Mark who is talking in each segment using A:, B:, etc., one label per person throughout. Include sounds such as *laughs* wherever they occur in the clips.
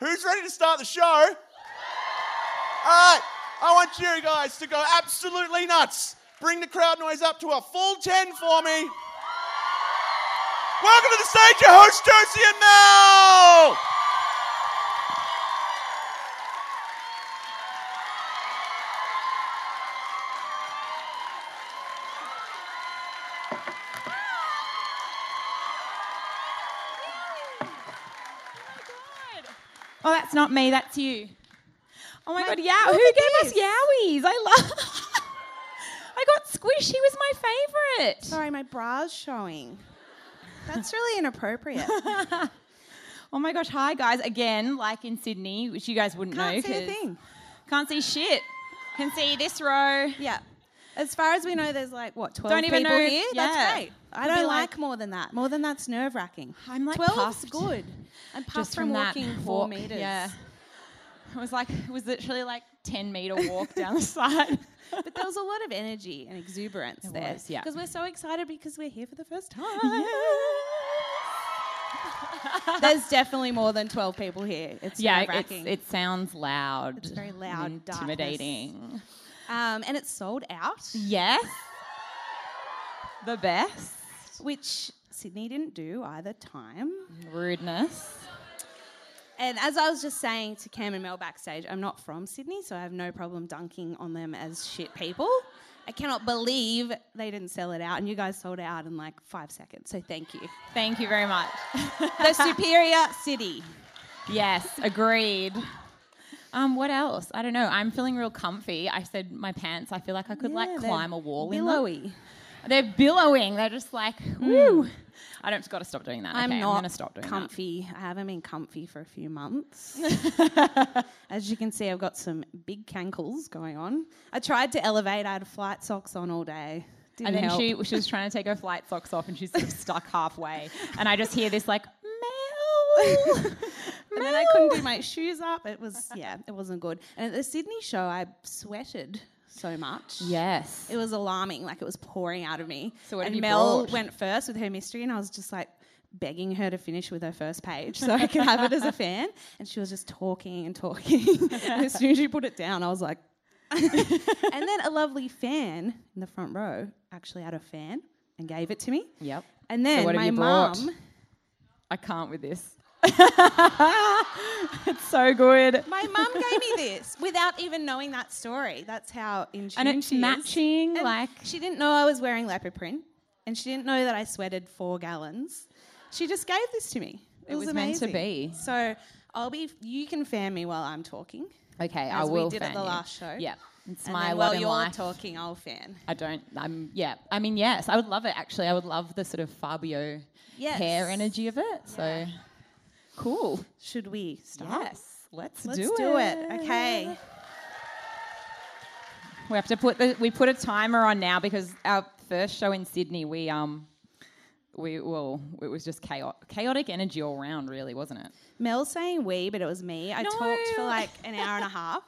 A: Who's ready to start the show? All right, I want you guys to go absolutely nuts. Bring the crowd noise up to a full 10 for me. Welcome to the stage, your host, Josie and Mel!
B: Oh, that's not me, that's you. Oh my god, yeah. Who gave us yowies? I love *laughs* I got squished. He was my favorite.
C: Sorry, my bra's showing. That's
B: *laughs*
C: really inappropriate.
B: Oh my gosh, hi guys. Again, like in Sydney, which you guys wouldn't
C: Can't
B: know.
C: see a
B: 'cause-
C: thing.
B: Can't see shit. Can see this row.
C: Yeah. As far as we know, there's like what twelve
B: Don't even
C: people
B: know-
C: here.
B: yeah.
C: That's great. I
B: It'd be
C: don't
B: like-
C: like, more than that. More than that's nerve wracking.
B: I'm, like,
C: twelve's
B: puffed.
C: good. I'm puffed
B: Just
C: from,
B: from that
C: walking four
B: walk,
C: meters.
B: yeah. It was like it was literally like ten meter walk down the *laughs*
C: *laughs*
B: side.
C: But there was a lot of energy and exuberance there.
B: was, yeah.
C: Because we're so excited because we're here for the
B: *laughs*
C: first time. *laughs* There's definitely more than twelve people here. It's
B: yeah,
C: yeah,
B: it's,
C: wracking.
B: it sounds loud. It's
C: very loud, darkness.
B: intimidating.
C: um, and it's sold out,
B: Yes. The best.
C: which Sydney didn't do either time.
B: Rudeness.
C: And as I was just saying to Cam and Mel backstage, I'm not from Sydney, so I have no problem dunking on them as shit people. I cannot believe they didn't sell it out, and you guys sold it out in like five seconds. So thank you.
B: Thank you very much. *laughs*
C: The superior city.
B: yes, agreed. Um, what else? I don't know. I'm feeling real comfy. I said my pants. I feel like I could
C: Yeah,
B: like
C: they're
B: climb a wall. in them.
C: Billowy.
B: They're billowing. They're just like woo. I don't. Got to stop doing that.
C: Hmm. I'm
B: okay,
C: not
B: I'm gonna stop doing that.
C: comfy. I haven't been comfy for a
B: *laughs*
C: few months. As you can see, I've got some big cankles going on. I tried to elevate. I had flight socks on all day. Didn't
B: And then
C: help.
B: she she was trying to take her flight socks off, and she's sort of stuck halfway. And I just hear this
C: *laughs*
B: like Mel.
C: And then I couldn't do my shoes up. It was yeah, it wasn't good. And at the Sydney show, I sweated so much.
B: Yes.
C: It was alarming, like it was pouring out of me.
B: So what have
C: and
B: you
C: Mel
B: brought?
C: went first with her mystery, and I was just like begging her to finish with her first page so I could have it as a fan. And she was just talking and talking. *laughs* and as soon as she put it down, I was like, *laughs* and then a lovely fan in the front row actually had a fan and gave it to me.
B: Yep.
C: And then
B: what have
C: my
B: you brought?
C: mum,
B: I can't with *laughs* this. it's so good.
C: my mum gave me this without even knowing that story. That's how in tune
B: And it's
C: she is.
B: matching,
C: And
B: like-
C: she didn't know I was wearing leopard print, and she didn't know that I sweated four gallons. She just gave this to me. It,
B: It was meant to
C: amazing.
B: be.
C: So I'll be. You can fan me while I'm talking.
B: Okay, I
C: As we
B: will.
C: did at
B: fan
C: the
B: you.
C: last show.
B: Yeah, it's
C: And
B: my
C: then
B: love
C: while
B: in
C: you're
B: life.
C: talking, I'll fan.
B: I don't. I'm. Yeah. I mean, yes, I would love it. Actually, I would love the sort of Fabio hair
C: Yes.
B: energy of it. So cool.
C: Should we start?
B: Yes. Let's,
C: Let's
B: do,
C: it. Okay.
B: We have to put the we put a timer on now because our first show in Sydney, we um, we well, it was just chaotic, chaotic energy all round, really, wasn't it?
C: Mel's saying we, but it was me. I
B: No.
C: talked for like an hour and
B: *laughs*
C: a half.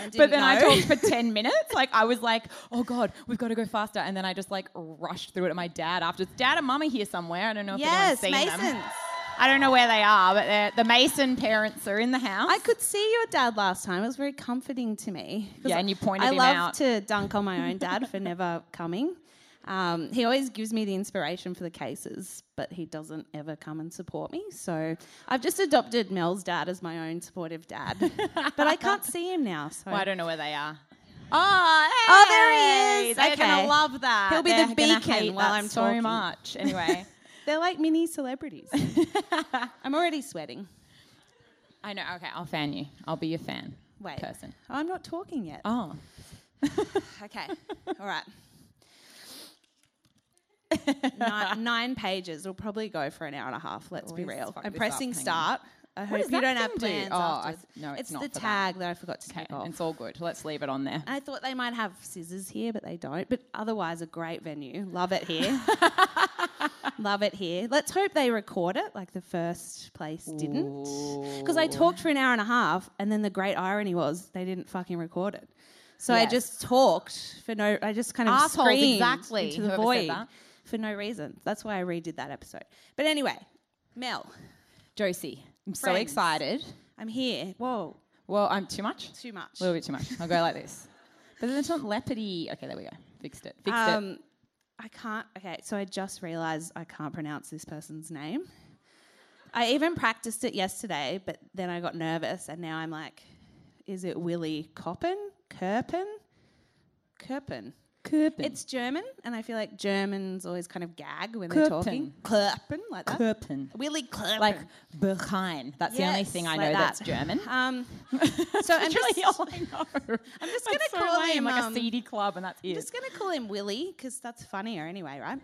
C: and
B: But
C: didn't
B: then I *laughs*
C: know.
B: talked for 10 minutes. Like, I was like, oh God, we've got to go faster. And then I just like rushed through it at my dad after. Dad and mum are here somewhere. I don't know if
C: Yes,
B: anyone's seen
C: Masons.
B: them. I don't know where they are, but they're- the Mason parents are in the house.
C: I could see your dad last time. It was very comforting to me. 'Cause
B: Yeah, and you pointed
C: I
B: him
C: love
B: out.
C: to dunk on my own dad for never coming. Um, he always gives me the inspiration for the cases, but he doesn't ever come and support me. So I've just adopted Mel's dad as my own
B: *laughs*
C: supportive dad, but I can't see him now. So
B: Well, I don't know where they are. Oh,
C: Oh, there he
B: hey,
C: is.
B: They're gonna
C: Okay.
B: love that.
C: He'll be
B: They're
C: the
B: gonna
C: beacon
B: hate
C: while
B: that
C: I'm
B: so
C: talking.
B: much. Anyway, *laughs*
C: they're like mini celebrities. I'm already sweating.
B: I know. Okay, I'll fan you. I'll be your fan.
C: Wait,
B: person.
C: I'm not talking yet.
B: Oh,
C: Okay. All right.
B: *laughs*
C: nine, nine pages. It'll probably go for an hour and a half. Let's be
B: Always
C: real.
B: Oh, fuck
C: I'm
B: this up,
C: pressing
B: hang on.
C: start. I hope
B: does that
C: you don't have
B: thing do?
C: plans
B: Oh, I-
C: afterwards.
B: no, it's not
C: the
B: for that.
C: tag that. I forgot to
B: okay.
C: take off. Uh,
B: It's all good. Let's leave it on there.
C: I thought they might have scissors here, but they don't. But otherwise, a great venue. Love
B: *laughs*
C: it here. Love it here. Let's hope they record it like the first place didn't. Because I talked for an hour and a half, and then the great irony was they didn't fucking record it. So I
B: Yes.
C: just talked for no. I just kind of
B: Assholes,
C: screamed
B: exactly,
C: into the
B: whoever said
C: void
B: that.
C: for no reason. That's why I redid that episode. But anyway, Mel,
B: Josie, I'm so
C: Friends.
B: excited.
C: I'm here. Whoa,
B: Well, I'm too much.
C: too much.
B: A little bit too much. I'll go like this. But then it's not leopardy. Okay, there we go. Fixed it. Fixed it.
C: Um, I can't. Okay, so I just realised I can't pronounce this person's name. I even practiced it yesterday, but then I got nervous, and now I'm like, is it Willy Koppen? Kirpen? Kirpen.
B: Kirpen.
C: It's German, and I feel like Germans always kind of gag
B: Kirpen.
C: when they're talking. Kirpen, like that.
B: Kirpen.
C: Willy Kirpen.
B: Like Berheim. That's the only
C: Yes,
B: thing I know
C: like that.
B: that's
C: *laughs*
B: German. *laughs*
C: Um, so I'm
B: Literally
C: just,
B: all
C: *laughs*
B: I know. I'm
C: just
B: that's
C: gonna
B: so
C: call
B: lame,
C: him,
B: like a
C: um,
B: CD club, and that's it.
C: just going to call him Willy because that's funnier anyway, right?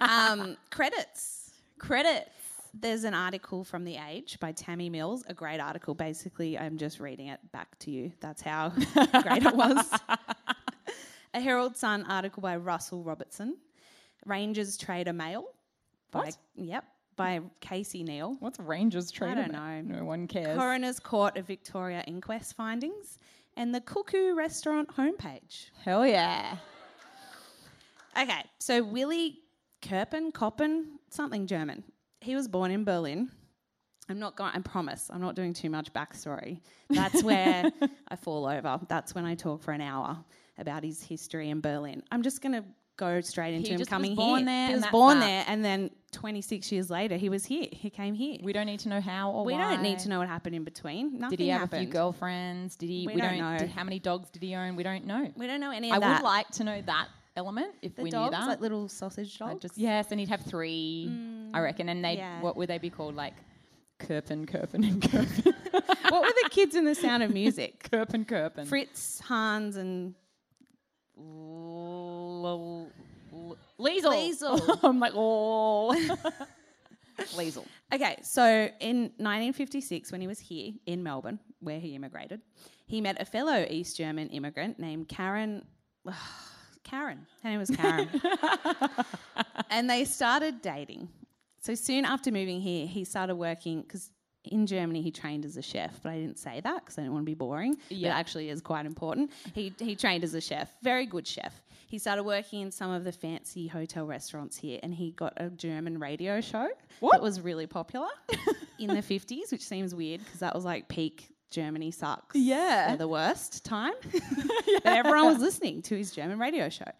C: um, credits. Credits. There's an article from The Age by Tammy Mills, a great article. Basically, I'm just reading it back to you. That's how *laughs* great it was. a Herald Sun article by Russell Robertson, Rangers Trader Mail. By,
B: What?
C: Yep, by Casey Neal.
B: What's Rangers trading?
C: don't
B: at?
C: know.
B: No one cares.
C: Coroner's Court of Victoria inquest findings, and the Cuckoo Restaurant homepage.
B: Hell yeah.
C: Okay, so Willy Kirpen, Koppen, something German. He was born in Berlin. I'm not going, I promise, I'm not doing too much backstory.
B: *laughs*
C: That's where I fall over. That's when I talk for an hour about his history in Berlin. I'm just going to go straight into him
B: just was
C: coming
B: born
C: here.
B: there and
C: he was
B: that's
C: born
B: that.
C: there, and then 26 years later, he was here. He came here.
B: We don't need to know how or
C: We
B: why.
C: don't need to know what happened in between. Nothing
B: Did he have
C: happened.
B: a few girlfriends? Did he?
C: We
B: We,
C: don't
B: don't,
C: know.
B: Did, how many dogs did he own? We don't know.
C: We don't know any of
B: I
C: that.
B: would like to know that element if
C: the
B: we
C: dogs,
B: knew that.
C: like little sausage
B: I
C: dogs. Mm,
B: just- *laughs* yes, and he'd have three, I reckon. And they,
C: yeah.
B: would what would they be called? Like Kirpin, Kirpin, and *laughs* Kirpin,
C: what were the kids in the
B: *laughs*
C: sound of music?
B: Kirpin, Kirpin.
C: Fritz, Hans, and
B: L- L- Liesel.
C: Liesel.
B: *laughs*
C: *laughs*
B: I'm like, oh. Liesel.
C: okay. So in 1956, when he was here in Melbourne, where he immigrated, he met a fellow East German immigrant named Karen. *sighs* Karen. Her name was Karen. and they started dating. So soon after moving here, he started working because in Germany he trained as a chef, but I didn't say that because I didn't want to be boring.
B: Yeah.
C: Yeah, it actually is quite important. He he trained as a chef, very good chef. He started working in some of the fancy hotel restaurants here, and he got a German radio show that was really popular in the fifties, which seems weird because that was like peak Germany sucks.
B: Yeah.
C: they're the worst time. but everyone was listening to his German radio show.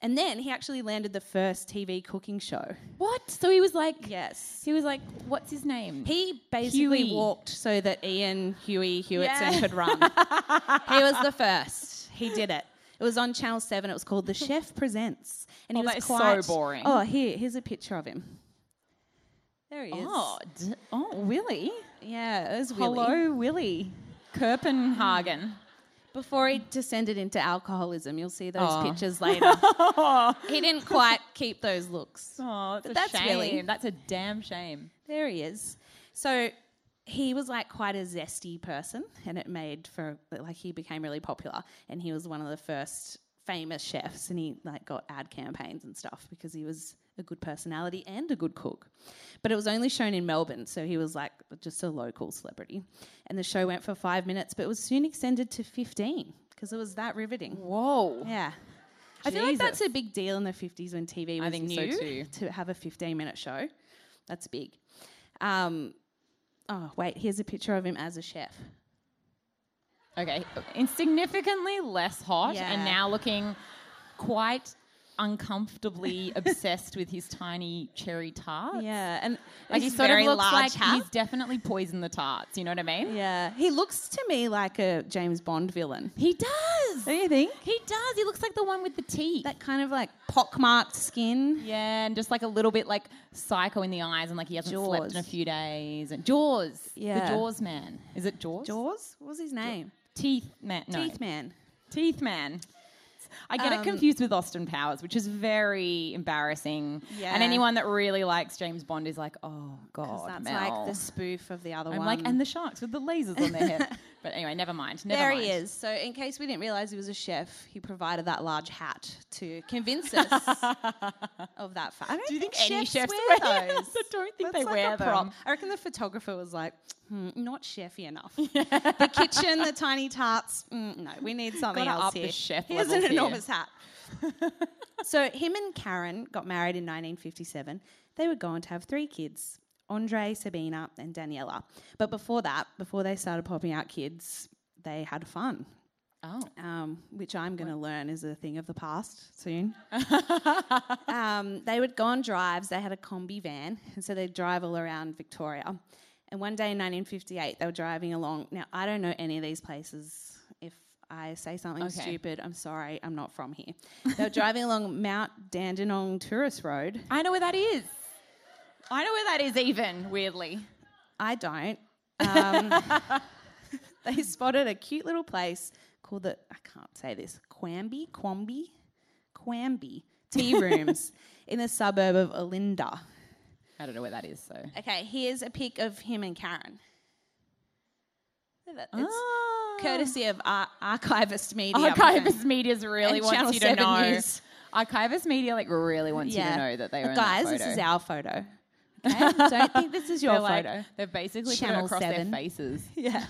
C: And then he actually landed the first TV cooking show.
B: What? So he was like,
C: Yes.
B: he was like, what's his name?
C: He basically
B: Huey.
C: walked so that Ian Huey Hewitson
B: Yeah. *laughs*
C: could run. he was the first. He did it. It was on Channel 7. It was called The Chef Presents. And he
B: Oh,
C: was
B: that is so
C: quite
B: boring.
C: Oh, here, here's a picture of him. There he is.
B: oh, d- oh, Willie.
C: Yeah, it was Willy.
B: Hello, Willie. Kirpenhagen.
C: Before he descended into alcoholism, you'll see those
B: Aw. *laughs*
C: pictures later. he didn't quite keep those looks.
B: Oh,
C: But
B: that's
C: that's
B: a shame.
C: Willy.
B: That's a damn shame.
C: There he is. So he was like quite a zesty person, and it made for like he became really popular, and he was one of the first famous chefs, and he like got ad campaigns and stuff because he was a good personality and a good cook. But it was only shown in Melbourne, so he was like just a local celebrity. And the show went for five minutes, but it was soon extended to fifteen because it was that riveting.
B: Whoa.
C: Yeah. I feel like that's
B: Jesus.
C: a big deal in the 50s when TV was
B: I think so
C: new
B: too.
C: to have a 15 minute show. That's big. Um, oh, wait, here's a picture of him as a chef.
B: Okay. Insignificantly less hot
C: Yeah.
B: and now looking quite uncomfortably *laughs* obsessed with his tiny cherry tart.
C: Yeah, and
B: Like he
C: he's
B: sort of
C: very
B: looks
C: large
B: like
C: hat.
B: he's definitely poisoned the tarts. You know what I mean?
C: Yeah, he looks to me like a James Bond villain.
B: He does.
C: Don't you think?
B: He does. He looks like the one with the teeth.
C: That kind of like pockmarked skin.
B: yeah, and just like a little bit like psycho in the eyes, and like he hasn't slept
C: Jaws.
B: in a few days. And Jaws,
C: Yeah.
B: the Jaws man. Is it Jaws?
C: Jaws? What was his name?
B: Teeth man. No.
C: Teeth Man.
B: Teeth man. I get
C: Um,
B: it confused with Austin Powers, which is very embarrassing.
C: Yeah.
B: And anyone that really likes James Bond is like, oh
C: 'Cause
B: god,
C: That's
B: Mel."
C: like the spoof of the other
B: I'm
C: one.
B: like, and the sharks with the lasers on their head.
C: *laughs*
B: But anyway, never mind. Never
C: there
B: mind.
C: he is. So, in case we didn't realize he was a chef, he provided that large hat to
B: *laughs*
C: convince us of that fact. I don't
B: Do you think, any chefs
C: chefs
B: wear those? *laughs* I don't think
C: That's
B: they
C: like
B: wear
C: a prop.
B: them.
C: I reckon the photographer was like, hmm, not
B: *laughs*
C: chefy enough. the kitchen, the tiny tarts. Mm, no, we need something
B: Gotta
C: else
B: up the
C: here.
B: chef
C: Here's an
B: levels here.
C: enormous hat. *laughs* so him and Karen got married in 1957. They were going to have three kids. Andre, Sabina, and Daniela. But before that, before they started popping out kids, they had fun,
B: Oh.
C: um, which I'm going to learn is a thing of the past soon. um, they would go on drives. They had a combi van, and so they'd drive all around Victoria. And one day in 1958, they were driving along. Now, I don't know any of these places. If I say something
B: Okay.
C: stupid, I'm sorry, I'm not from here. They were *laughs* driving along Mount Dandenong Tourist Road.
B: I know where that is. I know where that is, even, weirdly.
C: I don't. *laughs* Um, they spotted a cute little place called the I can't say this Quamby Quamby Quamby Tea *laughs* Rooms in the suburb of Olinda.
B: I don't know where that is, so.
C: Okay, here's a pic of him and Karen. It's
B: Ah.
C: courtesy of Ar- Archivist Media.
B: Archivist Media's really
C: And
B: wants
C: Channel
B: you to
C: 7
B: know.
C: News.
B: Archivist Media like really wants you to know that they were in that
C: Guys, this
B: photo.
C: is our photo. Okay? *laughs* don't think this is your
B: They're
C: photo.
B: like- they've basically put it
C: Channel
B: across
C: Seven.
B: their *laughs* faces.
C: Yeah.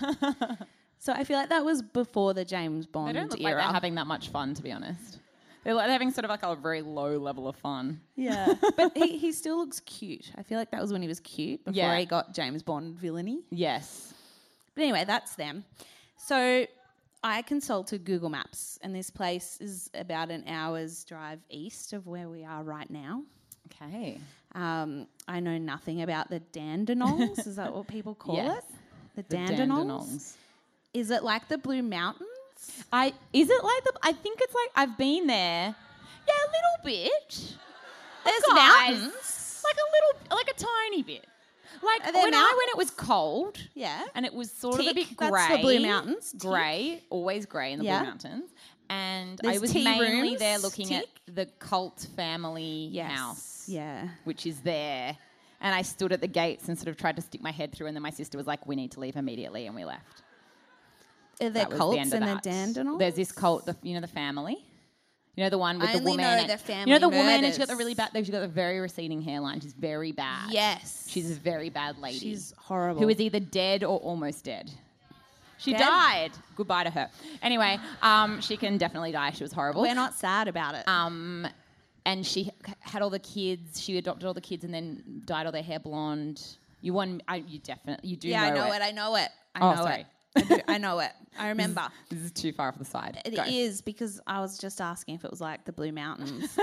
C: so I feel like that was before the James Bond
B: They don't look
C: era.
B: like they're having that much fun, to be honest. They're, like, they're having sort of like a very low level of fun.
C: Yeah, *laughs* but he, he still looks cute. I feel like that was when he was cute before
B: Yeah.
C: he got James Bond villainy.
B: Yes.
C: But anyway, that's them. So I consulted Google Maps, and this place is about an hour's drive east of where we are right now.
B: Okay.
C: Um, I know nothing about the Dandenongs. is that what people
B: *laughs*
C: call
B: Yes.
C: it? The
B: The
C: Dandenongs? Is it like the Blue Mountains?
B: I is it like the? I think it's like I've been there. Yeah, a little bit.
C: There's
B: Guys.
C: mountains.
B: Like a little, like a tiny bit. Like
C: Are
B: when
C: there
B: I when it was cold.
C: Yeah.
B: And it was sort of a
C: Tick.
B: bit grey.
C: That's the Blue Mountains. Tick.
B: Grey, always grey in the
C: Yeah.
B: Blue Mountains. And I
C: There's
B: was
C: tea
B: mainly
C: rooms.
B: there looking
C: Tick.
B: at the cult family house,
C: Yeah.
B: which is there. And I stood at the gates and sort of tried to stick my head through. And then my sister was like, "We need to leave immediately," and we left.
C: Are there
B: That was the
C: cults
B: end of
C: and the
B: that.
C: Dandenongs?
B: There's this cult, the, you know, the family. You know the one with
C: I
B: the
C: only
B: woman.
C: know
B: and-
C: the
B: you know the
C: family
B: woman, and she's got the
C: murders.
B: really bad. She's got the very receding hairline. She's very bad.
C: Yes.
B: she's a very bad lady.
C: She's horrible.
B: who is either dead or almost dead. She
C: Dead?
B: died. Goodbye to her. Anyway, um, she can definitely die. She was horrible.
C: We're not sad about it.
B: Um, and she h- had all the kids. She adopted all the kids and then dyed all their hair blonde. You won. I, you definitely. You do.
C: yeah,
B: know
C: I know it. I know it. I
B: Oh,
C: know
B: sorry.
C: it. I, do, I know it. *laughs* I remember.
B: This is too far off the side.
C: It is
B: Go.
C: because I was just asking if it was like the Blue *laughs* Mountains.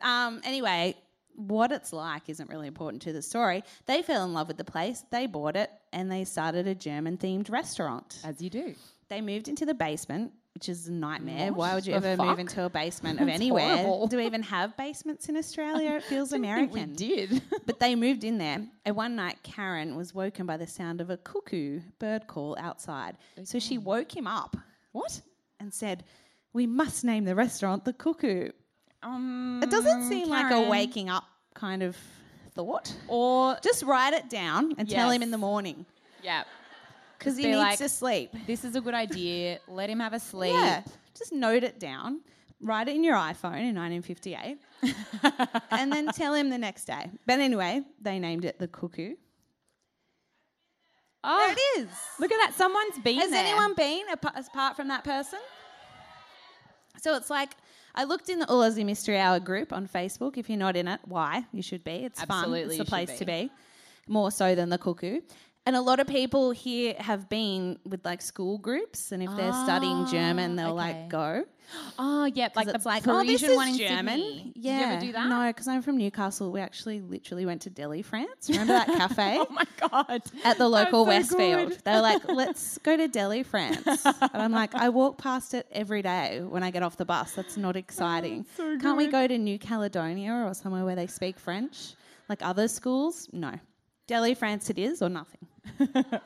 C: um, anyway, what it's like isn't really important to the story. They fell in love with the place, they bought it, and they started a German themed restaurant.
B: as you do.
C: They moved into the basement, which is a nightmare.
B: What
C: Why would you
B: the
C: ever move
B: fuck?
C: into a basement of
B: That's
C: anywhere?
B: horrible.
C: Do we even have basements in Australia? It *laughs* feels American.
B: *laughs* We did.
C: But they moved in there, and one night Karen was woken by the sound of a cuckoo bird call outside. So she woke him up
B: what?
C: and said, "We must name the restaurant the Cuckoo."
B: Um,
C: It doesn't seem like a
B: Karen.
C: waking up kind of thought.
B: Or
C: Just write it down and tell him in
B: Yes.
C: the morning
B: yeah.
C: because he
B: be
C: needs
B: like,
C: to sleep.
B: This is a good idea. Let him have a sleep.
C: Yeah, just note it down. Write it in your iPhone in
B: *laughs*
C: 1958, and then tell him the next day. But anyway, they named it the Cuckoo.
B: Oh,
C: There it is.
B: Look at that. Someone's been
C: Has
B: there.
C: anyone been apa- apart from that person? So it's like I looked in the All Aussie Mystery Hour group on Facebook. If you're not in it, why you should be. It's
B: Absolutely
C: fun.
B: you
C: It's the
B: should
C: place
B: be.
C: to be, more so than the cuckoo. And a lot of people here have been with like school groups, and if they're studying German, they'll
B: Ah, okay.
C: like go.
B: Oh, yeah. Like the
C: it's like,
B: Parisian
C: oh, this is
B: one in
C: German.
B: Sydney.
C: Yeah.
B: Did you ever do that?
C: No, because I'm from Newcastle. We actually literally went to Delhi, France. Remember that
B: *laughs* *laughs*
C: cafe?
B: Oh my god.
C: at the local
B: That's so
C: Westfield.
B: good.
C: They were
B: *laughs*
C: like, let's go to Delhi, France. and I'm like, I walk past it every day when I get off the bus. That's not exciting. Can't we go to New Caledonia or somewhere where they speak French? Like other schools? No. Delhi, France it is, or nothing. *laughs*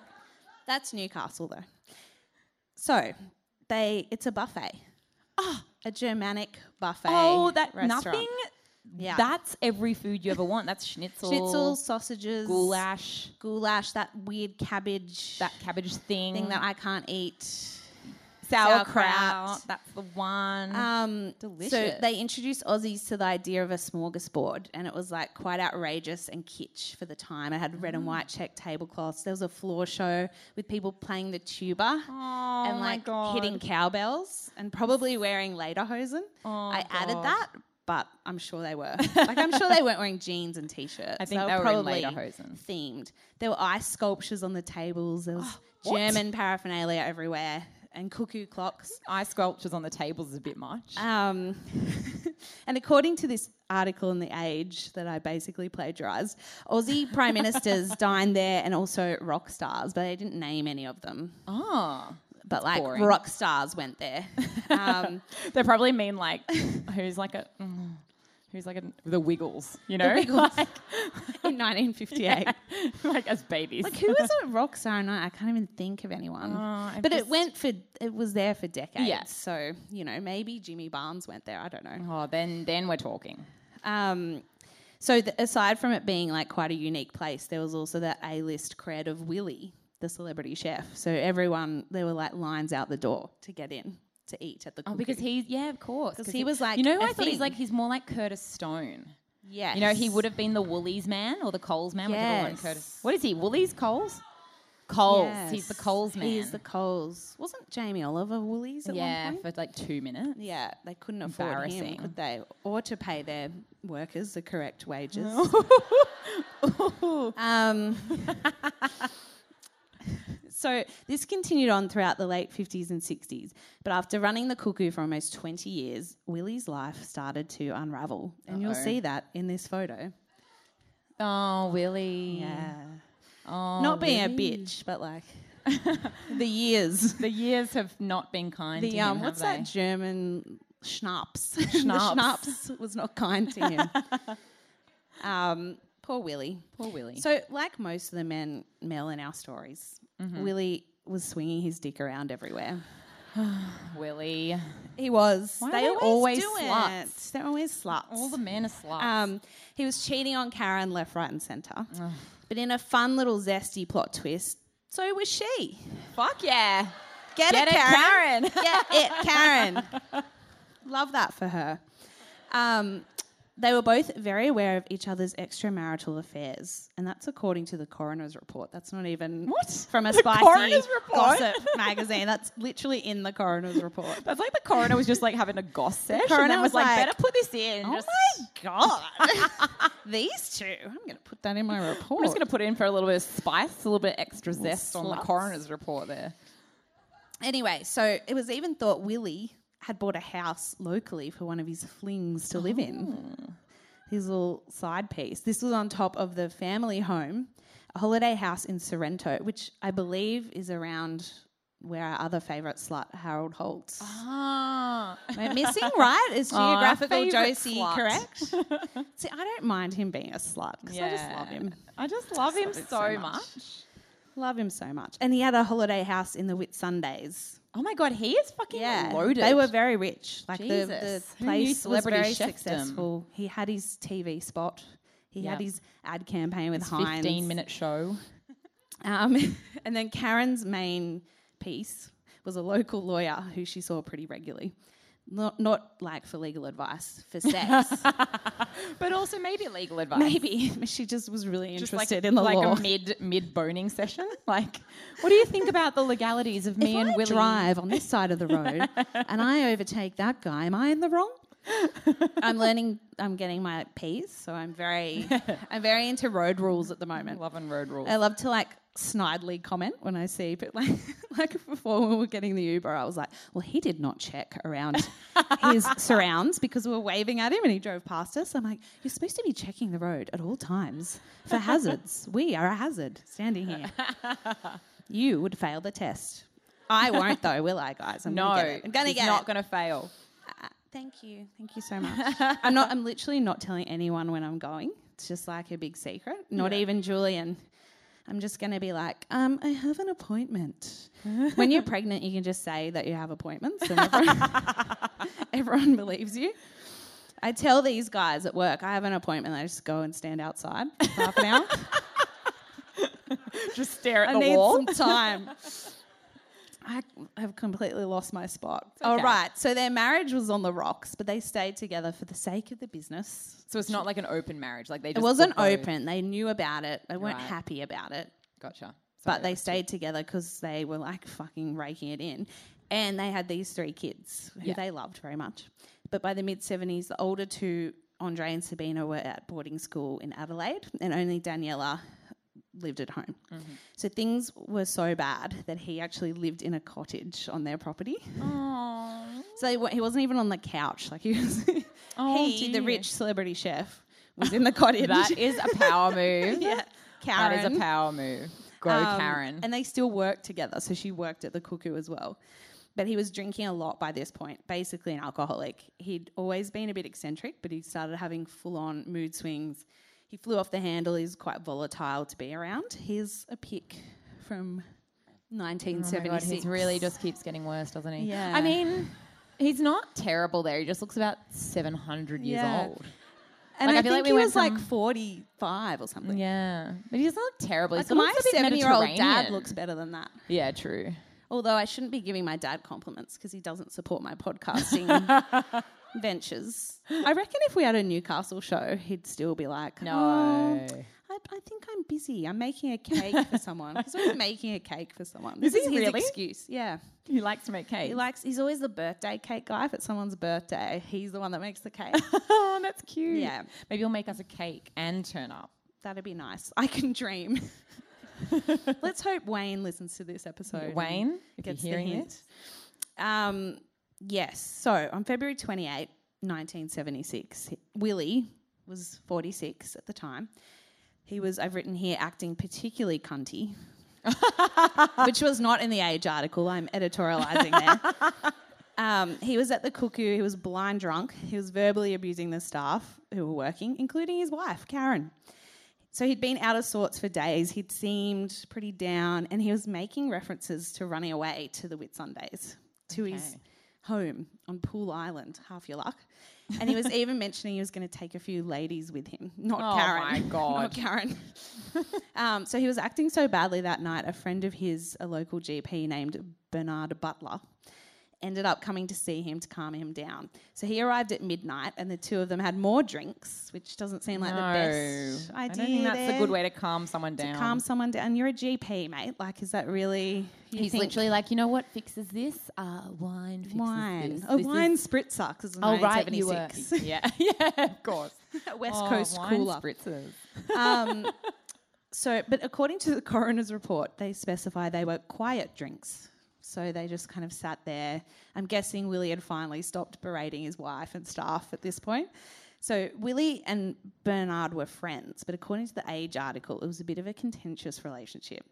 C: That's Newcastle though. So they it's a buffet. a Germanic buffet.
B: Ah. Oh, that
C: restaurant.
B: nothing.
C: Yeah.
B: That's every food you ever want. That's schnitzel,
C: Schnitzel, sausages,
B: goulash,
C: goulash, that weird cabbage
B: that cabbage thing,
C: thing that I can't eat.
B: sauerkraut.
C: sauerkraut.
B: That's the one.
C: Um,
B: Oh,
C: So
B: Delicious.
C: they introduced Aussies to the idea of a smorgasbord, and it was like quite outrageous and kitsch for the time. It had red
B: Mm.
C: and white check tablecloths. There was a floor show with people playing the tuba
B: oh my
C: and like
B: god.
C: hitting cowbells and probably wearing lederhosen. I added
B: Oh, God.
C: that but I'm sure they were. *laughs* Like I'm sure they weren't wearing jeans and t-shirts.
B: I think they were in
C: probably
B: lederhosen.
C: themed. There were ice sculptures on the tables.
B: *gasps*
C: There was German paraphernalia everywhere and cuckoo clocks.
B: Eye sculptures on the tables is a bit much.
C: Um, *laughs* and according to this article in The Age that I basically plagiarised, Aussie
B: *laughs*
C: prime ministers dined there and also rock stars, but they didn't name any of them.
B: Ah.
C: but like
B: boring.
C: rock stars went
B: *laughs*
C: there. Um,
B: They probably mean like *laughs* who's like a mm, who's like a, the Wiggles, you know, *laughs*
C: Wiggles.
B: like, *laughs*
C: in 1958.
B: like as babies.
C: Like who was a rock star? And I, I can't even think of anyone.
B: I've
C: but it
B: Oh, just-
C: went for it was there for decades.
B: Yeah.
C: So you know maybe Jimmy Barnes went there. I don't know.
B: oh, then then we're talking.
C: Um, so th- aside from it being like quite a unique place, there was also that A-list cred of Willie, the celebrity chef. So everyone there were like lines out the door to get in to eat at the.
B: Oh, because
C: he
B: he's yeah, of course.
C: 'Cause he was like
B: you know,
C: a
B: who I thought
C: thing.
B: he's like he's more like Curtis Stone.
C: yeah
B: You know, he would have been the Woolies man or the Coles man. Whichever one
C: Yes.
B: Curtis. What is he? Woolies, Coles, Coles. He's the Coles man.
C: He's the Coles. Wasn't Jamie Oliver Woolies at
B: yeah,
C: one point?
B: for like two minutes.
C: Yeah, they couldn't afford him,
B: Embarrassing.
C: could they? Or to pay their workers the correct wages.
B: Oh.
C: *laughs* um, so this continued on throughout the late 50s and 60s. But after running the cuckoo for almost 20 years, Willie's life started to unravel. And you'll
B: Uh-oh.
C: see that in this photo.
B: Oh, Willie. Oh,
C: Not being a
B: Willie.
C: bitch, but like *laughs* the years.
B: The years have not been kind to
C: The
B: him.
C: um,
B: have
C: what's
B: they?
C: that German schnapps? *laughs* The
B: Schnapps.
C: schnapps was not kind to him. um, poor Willie.
B: Poor Willie.
C: So, like most of the men, Mel in our stories, Willie was swinging his dick around everywhere.
B: Willie.
C: He was.
B: Why are
C: they
B: they
C: always
B: always
C: do
B: sluts?
C: It. They're always sluts.
B: All the men are sluts.
C: Um, he was cheating on Karen left, right, and centre. But in a fun little zesty plot twist, so was she.
B: Fuck yeah.
C: Get,
B: Get
C: it,
B: it,
C: Karen.
B: Karen. *laughs*
C: Get it, Karen. Love that for her. Um, they were both very aware of each other's extramarital affairs, and that's according to the coroner's report. That's not even
B: What?
C: from a
B: The
C: spicy
B: coroner's report?
C: gossip magazine. That's literally in the coroner's report.
B: That's like the coroner was just like having a goss sesh.
C: coroner
B: and then
C: was
B: was like,
C: like,
B: better put this in.
C: Oh
B: just,
C: my
B: *laughs*
C: god! These two. I'm going to put that in my report.
B: I'm just going to put in for a little bit of spice, a little bit extra zest on the
C: sluts.
B: coroner's report there.
C: Anyway, so it was even thought Willie had bought a house locally for one of his flings to live in. His little side piece. This was on top of the family home, a holiday house in Sorrento, which I believe is around where our other favourite slut, Harold Holtz.
B: Ah.
C: Am I *laughs* missing right? Is
B: our
C: geographical
B: favourite
C: Josie
B: slut. *laughs*
C: correct? See, I don't mind him being a slut because I just love
B: Yeah.
C: him.
B: I just love him
C: love
B: so,
C: it so much.
B: much.
C: Love him so much. And he had a holiday house in the Whitsundays.
B: Oh my god, he is fucking
C: Yeah,
B: loaded.
C: they were very rich. Like the,
B: Jesus.
C: the
B: Who knew
C: place was
B: celebrity
C: very
B: chefdom?
C: successful. He had his TV spot. He had
B: Yeah.
C: his ad campaign with Heinz.
B: 15 minute show.
C: Um, *laughs* and then Karen's main piece was a local lawyer who she saw pretty regularly. Not, not like for legal advice, for sex.
B: *laughs* But also maybe legal advice.
C: Maybe she just was really
B: Just
C: interested
B: like,
C: in the
B: like
C: law.
B: a mid mid boning session. *laughs* Like, what do you think about the legalities of me
C: if
B: and
C: I
B: Willie? *laughs*
C: drive on this side of the road and I overtake that guy, am I in the wrong? I'm learning. I'm getting my P's, so I'm
B: *laughs*
C: very, I'm very into road rules at the moment.
B: Love and road rules.
C: I love to like snidely comment when I see, but *laughs* like, like before when we were getting the Uber, I was like, well, he did not check around
B: *laughs*
C: his surrounds because we were waving at him and he drove past us. I'm like, you're supposed to be checking the road at all times
B: *laughs*
C: for hazards. we are a hazard standing here. you would fail the test. I won't though, will I, guys? I'm
B: no,
C: gonna get it. I'm gonna
B: he's
C: get
B: not
C: it.
B: gonna
C: *laughs*
B: fail.
C: Uh, thank you, thank you so much. I'm not. I'm literally not telling anyone when I'm going. It's just like a big secret. Not even Julian. I'm just going to be like, um, I have an appointment. when you're pregnant, you can just say that you have appointments, and everyone, everyone believes you. I tell these guys at work I have an appointment. I just go and stand outside for half an hour.
B: Just stare at
C: I
B: the
C: need
B: wall. *laughs*
C: some time. I have completely lost my spot. All
B: okay.
C: right. So their marriage was on the rocks, but they stayed together for the sake of the business.
B: So it's not like an open marriage. Like they just
C: It wasn't
B: proposed.
C: open. They knew about it. They weren't
B: Right.
C: happy about it,
B: Gotcha.
C: but they stayed together because they were like fucking raking it in. And they had these three kids who
B: Yeah.
C: they loved very much. But But by the mid 70s, the older two, Andre and Sabina, were at boarding school in Adelaide, and only Daniela lived at home.
B: Mm-hmm.
C: So things were so bad that he actually lived in a cottage on their property.
B: Aww.
C: So he, wa- he wasn't even on the couch. Like he was, *laughs*
B: Oh,
C: he, the
B: dear.
C: rich celebrity chef, was in the cottage. *laughs*
B: That is a power move.
C: yeah,
B: That
C: Karen.
B: is a power move. Go,
C: Um,
B: Karen. Oh
C: And they still worked together. So she worked at the cuckoo as well. But he was drinking a lot by this point, basically an alcoholic. He'd always been a bit eccentric, but he started having full on mood swings. He flew off the handle. He's quite volatile to be around. Here's a pic from
B: Oh my God,
C: 1976.
B: he really just keeps getting worse, doesn't he?
C: Yeah.
B: I mean, he's not terrible there. He just looks about 700
C: Yeah.
B: years old.
C: and
B: like,
C: I,
B: I feel like
C: think
B: we
C: he
B: went
C: was like
B: from-
C: 45 or something.
B: Yeah. But he doesn't look terrible.
C: Like
B: He's
C: my
B: seven year
C: seven-year-old dad looks better than that.
B: Yeah, true.
C: Although I shouldn't be giving my dad compliments because he doesn't support
B: *laughs*
C: my podcasting ventures. I reckon if we had a Newcastle show, he'd still be like,
B: No.
C: "Oh, I, I think I'm busy. I'm making a cake
B: *laughs*
C: for someone. He's always making a cake for someone.
B: Is
C: This
B: he
C: his
B: really?
C: excuse? Yeah.
B: He likes to make cake.
C: He likes. He's always the birthday cake guy. If it's someone's birthday, he's the one that makes the
B: *laughs*
C: cake.
B: *laughs* oh, that's cute.
C: Yeah.
B: Maybe he'll make us a cake and turn up.
C: That'd be nice. I
B: *laughs*
C: can dream. Let's hope Wayne listens to this episode. and
B: Wayne, if you're
C: gets the
B: hearing
C: hint.
B: this.
C: Um, yes. So on February 28, 1976, Willie was 46 at the time. He was, I've written here, acting particularly cunty, which was not in the age article. I'm editorializing there. Um, he was at the cuckoo. He was blind drunk. He was verbally abusing the staff who were working, including his wife, Karen. So he'd been out of sorts for days. He'd seemed pretty down, and he was making references to running away to the Whitsundays, to his
B: Okay.
C: home on Pool Island, half your luck. And he was even mentioning he was going to take a few ladies with him, not
B: Oh
C: Karen. *laughs*
B: my
C: not
B: God.
C: Karen. um, so he was acting so badly that night. A friend of his, a local GP named Bernard Butler, ended up coming to see him to calm him down. So he arrived at midnight, and the two of them had more drinks, which doesn't seem like the best
B: I
C: idea.
B: don't think that's a
C: there.
B: good way to calm someone down.
C: calm someone down. You're a GP, mate. Like, is that really? you
B: He's
C: think
B: literally like, you know what fixes this? Uh, wine fixes
C: wine.
B: this.
C: A
B: This is-
C: wine spritzer because it's
B: Oh right, you were. *laughs*
C: 1976.
B: Yeah, yeah, of course.
C: *laughs* West
B: Oh,
C: Coast
B: wine
C: cooler.
B: spritzers.
C: Um, so, but according to the coroner's report, they specify they were quiet drinks. So they just kind of sat there. I'm guessing Willie had finally stopped berating his wife and staff at this point. So Willie and Bernard were friends, but according to the Age article, it was a bit of a contentious relationship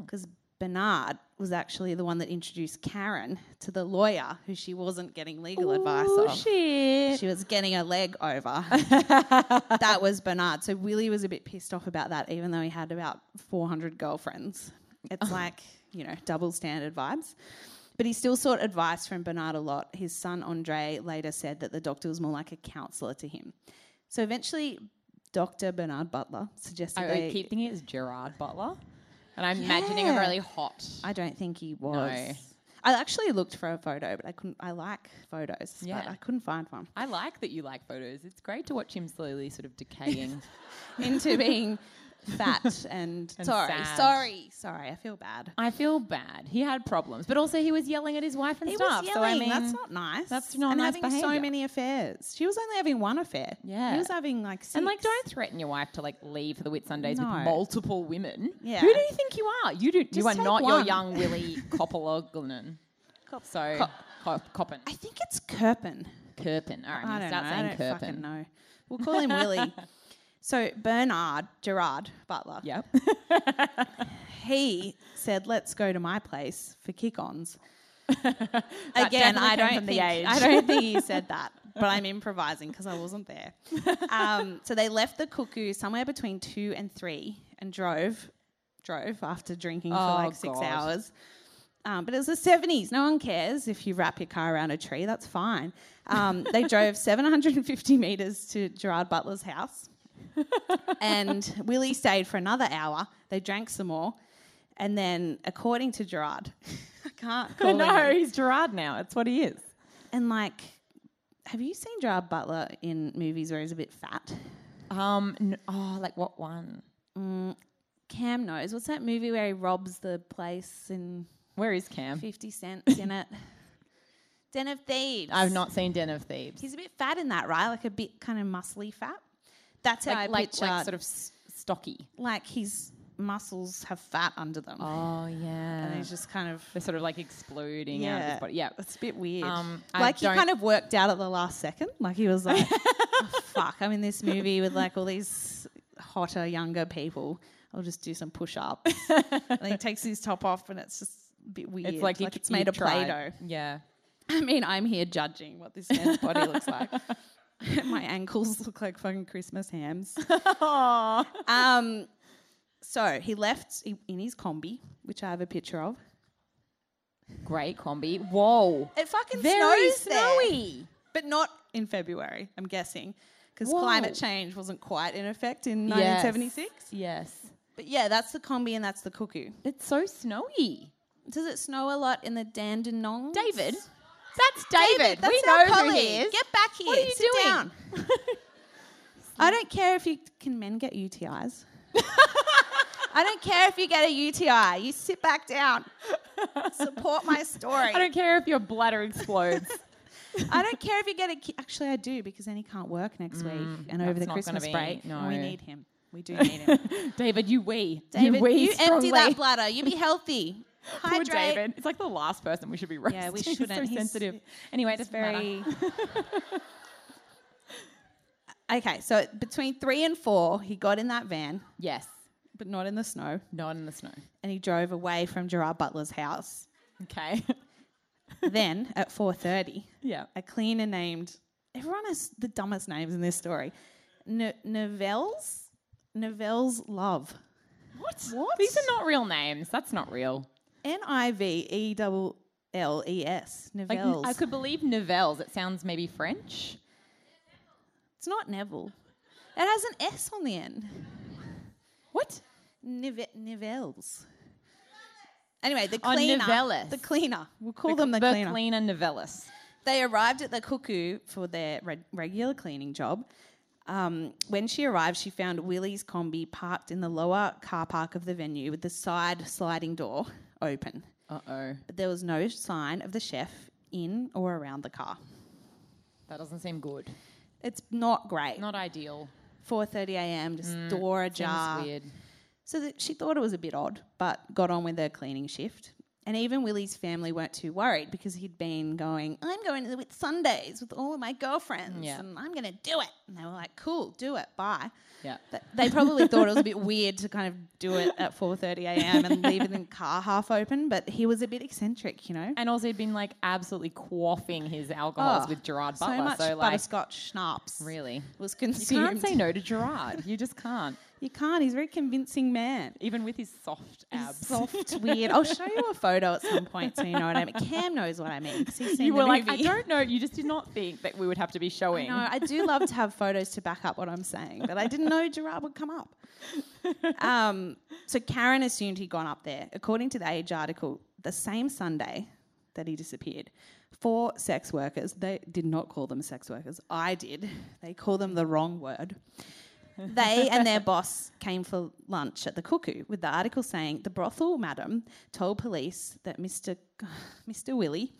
C: because Bernard was actually the one that introduced Karen to the lawyer who she wasn't getting legal advice
B: Oh
C: of
B: shit!
C: she was getting her leg
B: *laughs*
C: over. that was Bernard. So Willie was a bit pissed off about that, even though he had about 400 girlfriends.
B: Oh.
C: It's like, you know, double standard vibes. But he still sought advice from Bernard a lot. His son Andre later said that the doctor was more like a counselor to him. So eventually, Dr. Bernard Butler suggested
B: I
C: they.
B: keep thinking it's Gerard Butler, and I'm imagining a
C: Yeah.
B: really hot.
C: I don't think he was. I actually looked for a photo, but I couldn't. I like photos,
B: Yeah.
C: but I couldn't find one.
B: I like that you like photos. It's great to watch him slowly sort of
C: *laughs*
B: decaying.
C: into being *laughs* fat and,
B: And
C: sorry,
B: sad.
C: sorry, sorry. I feel bad.
B: I feel bad. He had problems, but also he was yelling at his wife and
C: He
B: stuff.
C: was yelling.
B: so I mean,
C: that's not nice.
B: that's not
C: and
B: nice
C: having so
B: behaviour.
C: many affairs. She was only having one affair.
B: Yeah.
C: he was having like six.
B: and like, don't threaten your wife to like leave for the Whit Sundays
C: No.
B: with multiple women.
C: Yeah.
B: Who do you think you are? You do.
C: Just
B: you are
C: take
B: not your
C: one. *laughs*
B: young Willie Koppeloglunen.
C: Cop-
B: so
C: cop-
B: Cop- Coppen.
C: I think it's Kirpin.
B: Kirpin. All right,
C: I
B: I'm gonna
C: don't know.
B: start
C: I don't
B: saying
C: fucking
B: Kirpin.
C: know. We'll call
B: *laughs*
C: him Willie. So Bernard Gerard Butler. *laughs*
B: Yep.
C: he said, "Let's go to my place for kick-ons."
B: *laughs* That
C: Again,
B: definitely
C: I
B: came
C: don't
B: from the
C: think
B: age.
C: I don't think
B: *laughs*
C: he said that, but I'm improvising because I wasn't there. Um, so they left the cuckoo somewhere between two and three and drove, drove after drinking for
B: Oh,
C: like six
B: God.
C: hours. Um, but it was the 70s. No one cares if you wrap your car around a tree. That's fine. Um,
B: *laughs*
C: they drove 750 meters to Gerard Butler's house and Willie stayed for another hour. They drank some more, and then, according to Gerard, *laughs* I can't call
B: no,
C: him.
B: he's Gerard now. That's what he is.
C: And like, have you seen Gerard Butler in movies where he's a bit fat?
B: Um. n- oh, like what one?
C: Cam knows. What's that movie where he robs the place and
B: Where is Cam?
C: Fifty Cent's in it? *laughs* Den of Thieves.
B: I've not seen Den of Thieves.
C: He's a bit fat in that, right? Like a bit kind of muscly fat. That's how
B: like,
C: I
B: like,
C: picture.
B: like sort of s-
C: *laughs*
B: stocky.
C: like his muscles have fat under them,
B: Oh yeah.
C: and he's just kind of
B: They're sort of like exploding out of his body. Yeah.
C: it's a bit weird.
B: Um, I
C: like he
B: don't-
C: kind of worked out at the last second. Like he was *laughs* like, "Oh, "Fuck, I'm in this movie with like all these hotter, younger people. I'll just do some push-ups." and he takes his top off, and it's just a bit weird.
B: It's like,
C: it's made of play-doh. *laughs*
B: Yeah.
C: I mean, I'm here judging what this man's body *laughs* looks like. My ankles look like fucking Christmas hams. um, so he left i- in his combi, which I have a picture of.
B: Great combi. Whoa.
C: It fucking
B: Very
C: snows there.
B: snowy.
C: but not in February, I'm guessing, because
B: Whoa.
C: climate change wasn't quite in effect in
B: Yes.
C: 1976.
B: Yes.
C: But yeah, that's the combi and that's the cuckoo.
B: It's so snowy.
C: Does it snow a lot in the Dandenong?
B: David. That's David.
C: that's
B: we
C: our
B: know who
C: colleague.
B: he is.
C: Get back here.
B: What are you
C: Sit
B: doing?
C: down. I don't care if you can men get UTIs. *laughs* I don't care if you get a UTI. You sit back down. Support my *laughs* story.
B: I don't care if your bladder
C: *laughs*
B: explodes.
C: I don't care if you get a ki- Actually, I do because then he can't work next week and over
B: that's
C: the
B: not gonna
C: Christmas
B: be-
C: break.
B: no.
C: We need him. We do *laughs* need him.
B: David, you wee.
C: David,
B: you
C: you,
B: wee
C: empty
B: strongly.
C: that bladder. You be *laughs* healthy.
B: *laughs* Poor
C: Hydrate.
B: David. It's like the last person we should be roasting. *laughs*
C: Yeah, we
B: He's
C: shouldn't.
B: so
C: He's-
B: sensitive. Anyway, it
C: It's
B: doesn't matter.
C: very. *laughs* okay, so between three and four, he got in that van,
B: Yes.
C: but not in the snow,
B: Not in the snow.
C: and he drove away from Gerard Butler's house.
B: Okay. *laughs*
C: then *laughs* at four thirty,
B: yeah.
C: a cleaner named everyone has the dumbest names in this story. N- Novell's Novell's Love.
B: What? What? These are not real names. That's not real.
C: N I V E double L E S.
B: Like n-
C: Novell's.
B: I could believe novels. It sounds maybe French.
C: It's not Neville. It has an S on the end.
B: What?
C: Nive- Nivelles. Anyway, the
B: Oh,
C: cleaner.
B: Nivelles.
C: the cleaner. We'll call them the,
B: the
C: cleaner.
B: cleaner novellis.
C: they arrived at the cuckoo for their reg- regular cleaning job. Um, when she arrived, she found Willie's combi parked in the lower car park of the venue with the side sliding door open.
B: Uh oh.
C: But there was no sign of the chef in or around the car.
B: That doesn't seem good.
C: It's not great.
B: Not ideal.
C: 4:30 a.m. Just door ajar.
B: Seems weird.
C: So that she thought it was a bit odd, but got on with her cleaning shift. And even Willie's family weren't too worried because he'd been going, I'm going to the Whit Sundays with all of my girlfriends
B: Yeah.
C: and I'm going to do it. And they were like, cool, do it, bye.
B: Yeah.
C: But they probably thought it was a bit weird to kind of do it at 4.30 a.m. and leave it in the car half open, but he was a bit eccentric, you know?
B: And also, he'd been like absolutely quaffing his alcohols
C: Oh,
B: with Gerard
C: so
B: Butler.
C: much
B: So, like,
C: butterscotch schnapps
B: really,
C: was
B: you
C: consumed.
B: can't say no to Gerard. You just can't,
C: You can't. He's a very convincing man.
B: even with his soft abs. *laughs*
C: soft, weird. I'll show you a photo at some point so you know what I mean. Cam knows what I mean. 'cause He's seen
B: You
C: the
B: were like, I
C: movie.
B: don't know. You just did not think that we would have to be showing.
C: No, I do love to have photos to back up what I'm saying, but I didn't know Gerard would come up. Um, so Karen assumed he'd gone up there. According to the Age article, the same Sunday that he disappeared, four sex workers, they did not call them sex workers, I did. They call them the wrong word. they and their boss came for lunch at the cuckoo with the article saying the brothel madam told police that Mr. Mr. Willie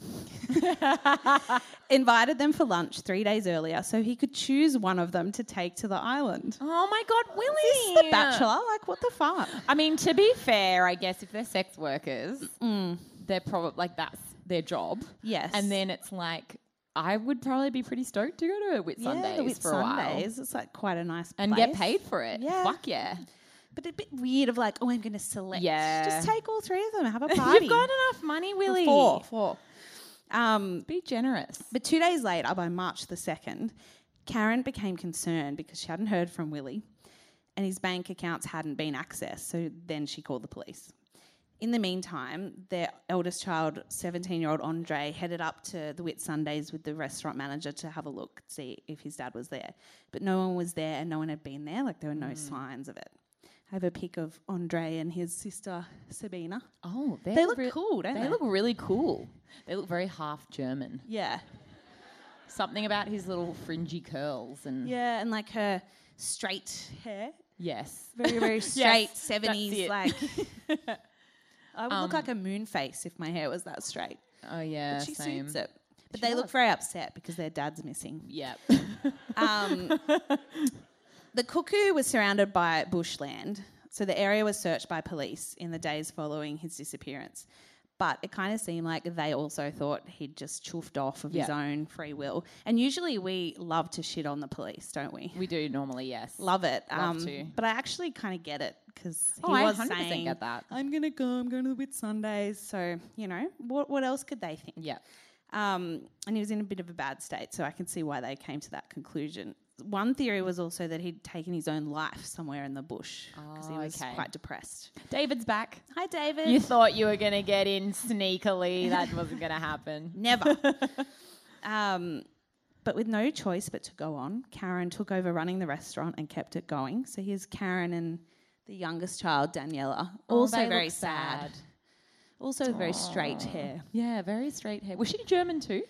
C: invited them for lunch three days earlier so he could choose one of them to take to the island.
B: Oh my God, Willie!
C: Is this the bachelor? Like, what the fuck?
B: I mean, to be fair, I guess if they're sex workers, they're probably like that's their job.
C: Yes.
B: And then it's like I would probably be pretty stoked to go to a Whit Sundays
C: yeah, the Whit
B: for a while
C: Sundays. It's like quite a nice
B: and
C: place.
B: get paid for it.
C: Yeah.
B: Fuck yeah.
C: But a bit weird of like, oh, I'm going to select.
B: Yeah.
C: Just take all three of them. Have a *laughs* party.
B: *laughs* You've got enough money, Willie.
C: four. Four. Um,
B: Be generous.
C: But two days later, by March the 2nd, Karen became concerned because she hadn't heard from Willie and his bank accounts hadn't been accessed. So then she called the police. In the meantime, their eldest child, 17 year old Andre, headed up to the Whit Sundays with the restaurant manager to have a look, see if his dad was there. But no one was there and no one had been there, like there were no signs of it. I have a pic of Andre and his sister, Sabina.
B: Oh,
C: They look cool, don't they?
B: They look really cool. They look very half German.
C: Yeah.
B: Something about his little fringy curls and
C: Yeah, and like her straight hair.
B: yes,
C: very *laughs* very straight
B: that's
C: seventies
B: it.
C: like. *laughs* um, I would look like a moon face if my hair was that straight.
B: oh yeah,
C: she
B: same.
C: suits it. But But they look very upset because their dad's *laughs* missing.
B: Yeah.
C: Um, the cuckoo was surrounded by bushland, so the area was searched by police in the days following his disappearance. But it kind of seemed like they also thought he'd just chuffed off of his
B: Yeah.
C: own free will. And usually we love to shit on the police, don't we?
B: we do normally, yes.
C: *laughs* Love it.
B: Love
C: um,
B: to.
C: But I actually kind of get it because he
B: Oh, I
C: was
B: 100%
C: saying, uh,
B: get that.
C: "I'm gonna go. I'm going to the Whit Sundays." So you know, what what else could they think?
B: Yeah.
C: Um, and he was in a bit of a bad state, so I can see why they came to that conclusion. One theory was also that he'd taken his own life somewhere in the bush because he
B: Oh,
C: was
B: okay.
C: quite depressed.
B: David's back.
C: Hi, David.
B: You thought you were going to get in sneakily. That wasn't going to happen. *laughs*
C: Never. um, but with no choice but to go on, Karen took over running the restaurant and kept it going. So here's Karen and the youngest child, Daniela,
B: Oh,
C: also
B: they look
C: very Oh, sad.
B: sad.
C: Also with very straight hair.
B: Yeah, very straight hair. Was she German too?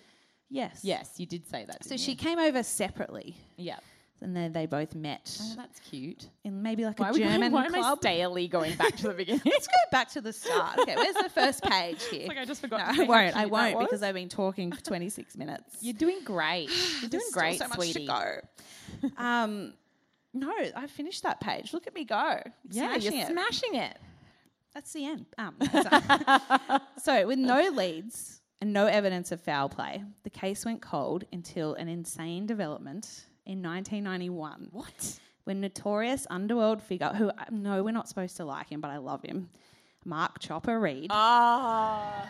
C: Yes.
B: Yes, you did say that.
C: So
B: didn't
C: she
B: you?
C: came over separately,
B: Yeah.
C: and then they both met
B: Oh, that's cute.
C: in maybe like
B: Why,
C: a
B: are we going-
C: *laughs* German
B: why am I
C: club.
B: daily going back
C: *laughs*
B: to the beginning?
C: Let's go back to the start. Okay, where's the first page
B: *laughs*
C: here?
B: like I just forgot
C: No,
B: to
C: I
B: say how
C: won't. I
B: cute that
C: won't
B: was.
C: because I've been talking for
B: *laughs*
C: 26 minutes. *laughs*
B: You're doing
C: *sighs*
B: great. You're doing
C: There's still
B: great,
C: so much
B: sweetie.
C: to
B: *laughs*
C: go. Um, no, I finished that page. Look at me go.
B: Yeah,
C: Smashing
B: you're
C: it.
B: smashing it.
C: That's the end.
B: *laughs*
C: Um, so- so, with no leads and no evidence of foul play, the case went cold until an insane development in 1991
B: What?
C: when notorious underworld figure, who I know we're not supposed to like him, but I love him, Mark Chopper Reed,
B: Oh, Ah.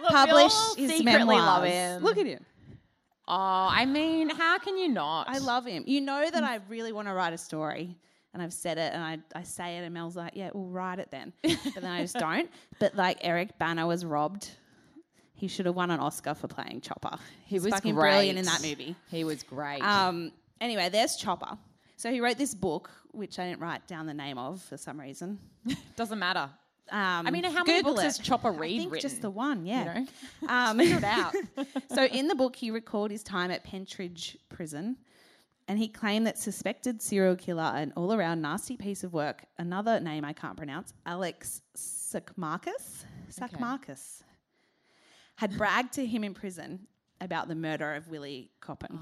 B: Look, we all
C: published his
B: secretly
C: memoirs.
B: love him.
C: Look at him.
B: Oh, I mean, how can you not?
C: I love him. You know that I really want to write a story. And I've said it and I, I say it, and Mel's like, yeah, we'll write it then. But
B: *laughs*
C: then I just don't. But like, Eric Banner was robbed. He should have won an Oscar for playing Chopper.
B: He
C: He's
B: was
C: fucking
B: great.
C: brilliant in that movie.
B: He was great.
C: Um, anyway, there's Chopper. So he wrote this book, which I didn't write down the name of for some reason.
B: Doesn't matter.
C: Um,
B: I mean, how many
C: Google
B: books
C: it.
B: has Chopper
C: I
B: Reed
C: think
B: written?
C: just the one, yeah.
B: know? *laughs*
C: Um,
B: it
C: *laughs*
B: out.
C: so in the book, he recalled his time at Pentridge Prison, and he claimed that suspected serial killer and all-around nasty piece of work, another name I can't pronounce, Alex Sakmarkis, Sakmarkis, had bragged to him in prison about the murder of Willie Coppin.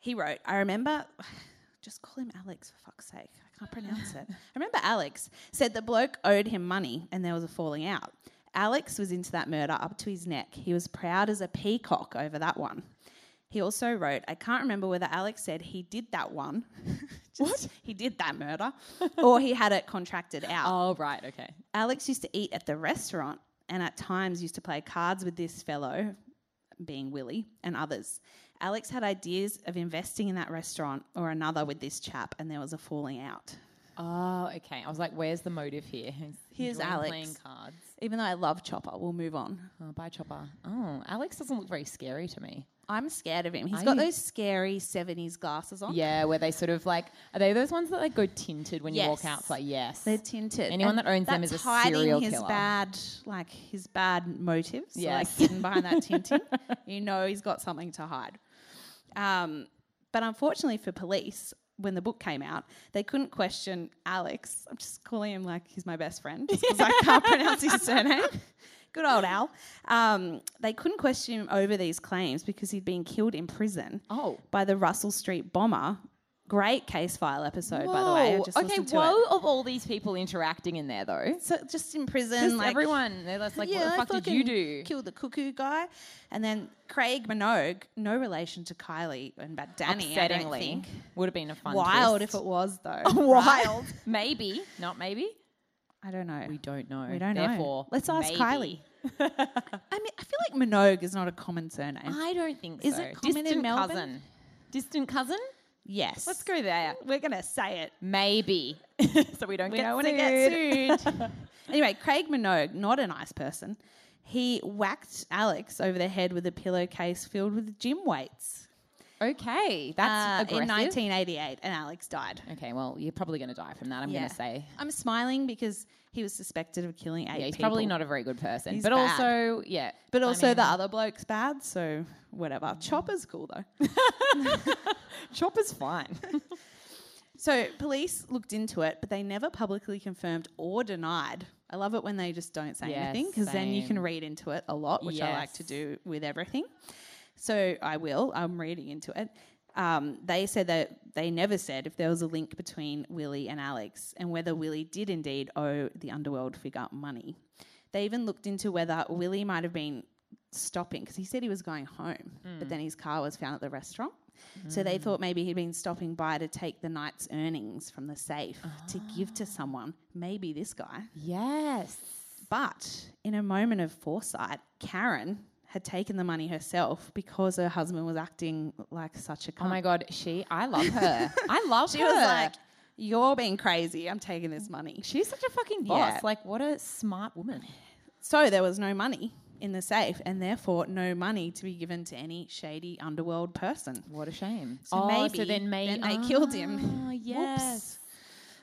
C: He wrote, I remember, *sighs* just call him Alex for fuck's sake. I can't pronounce it. I remember Alex said the bloke owed him money and there was a falling out. Alex was into that murder up to his neck. He was proud as a peacock over that one. He also wrote, I can't remember whether Alex said he did that one. *laughs* what? He did that murder. or he had it contracted out.
B: Oh, right. Okay.
C: Alex used to eat at the restaurant and at times used to play cards with this fellow, being Willie, and others. Alex had ideas of investing in that restaurant or another with this chap, and there was a falling out.
B: Oh, okay. I was like, where's the motive here? *laughs* He's
C: Here's
B: enjoying
C: Alex.
B: Playing cards.
C: Even though I love Chopper, we'll move on.
B: Oh, bye, Chopper. Oh, Alex doesn't look very scary to me.
C: I'm scared of him. He's
B: Are
C: got
B: you?
C: those scary 70s glasses on.
B: Yeah, where they sort of like, are they those ones that like go tinted when you walk
C: Yes.
B: out? It's like, yes.
C: They're tinted.
B: Anyone that owns them
C: that's
B: is a
C: hiding
B: serial
C: his
B: killer.
C: bad, like his bad motives. So, like
B: Yes.
C: hidden behind
B: *laughs*
C: that tinting, you know he's got something to hide. Um, but unfortunately for police, when the book came out, they couldn't question Alex. I'm just calling him like he's my best friend
B: *laughs*
C: because I can't pronounce his surname. Good old Al. Um, they couldn't question him over these claims because he'd been killed in prison
B: Oh.
C: by the Russell Street bomber. Great case file episode, by the way. I
B: Whoa.
C: just
B: okay,
C: listened to it.
B: whoa of all these people interacting in there, though.
C: So just in prison,
B: Just
C: like
B: everyone. They're just like,
C: yeah, I
B: what the fuck did you
C: fucking
B: do?
C: Killed the cuckoo guy, and then Craig Minogue, no relation to Kylie and but Danny. I don't
B: Upsettingly.
C: think.
B: Would have been a fun
C: Wild
B: twist.
C: if it was
B: *laughs*
C: though.
B: Wild. maybe. Not maybe.
C: I don't know.
B: We don't know.
C: We don't know.
B: Therefore,
C: Let's ask
B: maybe.
C: Kylie.
B: *laughs*
C: I mean, I feel like Minogue is not a common surname.
B: I don't think
C: Is
B: so.
C: it common in
B: Distant
C: Melbourne?
B: cousin. Distant cousin?
C: yes.
B: Let's go there.
C: We're gonna say it.
B: Maybe. *laughs* so we don't
C: We
B: get
C: don't want to
B: sued. *laughs*
C: get sued. *laughs* anyway, Craig Minogue, not a nice person, he whacked Alex over the head with a pillowcase filled with gym weights.
B: Okay, that's
C: Uh,
B: aggressive.
C: in 1988, and Alex died.
B: Okay, well, you're probably going to die from that. I'm going to say.
C: I'm smiling because he was suspected of killing eight
B: Yeah, he's
C: people.
B: probably not a very good person.
C: He's
B: but
C: bad.
B: also, yeah.
C: But
B: I
C: also,
B: mean,
C: the
B: *laughs*
C: other bloke's bad, so whatever.
B: Mm.
C: Chopper's cool though.
B: Chopper's fine.
C: so police looked into it, but they never publicly confirmed or denied. I love it when they just don't say
B: Yeah,
C: anything because then you can
B: same.
C: read into it a lot, which I like
B: Yes.
C: to do with everything. So I will. I'm reading into it. Um, they said that they never said if there was a link between Willie and Alex and whether Willie did indeed owe the underworld figure money. They even looked into whether Willie might have been stopping because he said he was going home, but then his car was found at the restaurant. So they thought maybe he'd been stopping by to take the night's earnings from the safe to give to someone, maybe this guy.
B: Yes.
C: Oh But in a moment of foresight, Karen had taken the money herself because her husband was acting like such a cunt.
B: Oh my god, she. I love
C: *laughs*
B: her. I love
C: she
B: her.
C: was like, "You're being crazy. I'm taking this money."
B: she's such a fucking boss.
C: Yeah.
B: Like, what a smart woman.
C: So there was no money in the safe, and therefore no money to be given to any shady underworld person.
B: What a shame.
C: So
B: oh,
C: maybe
B: so then may-
C: then they killed him.
B: Oh, yes.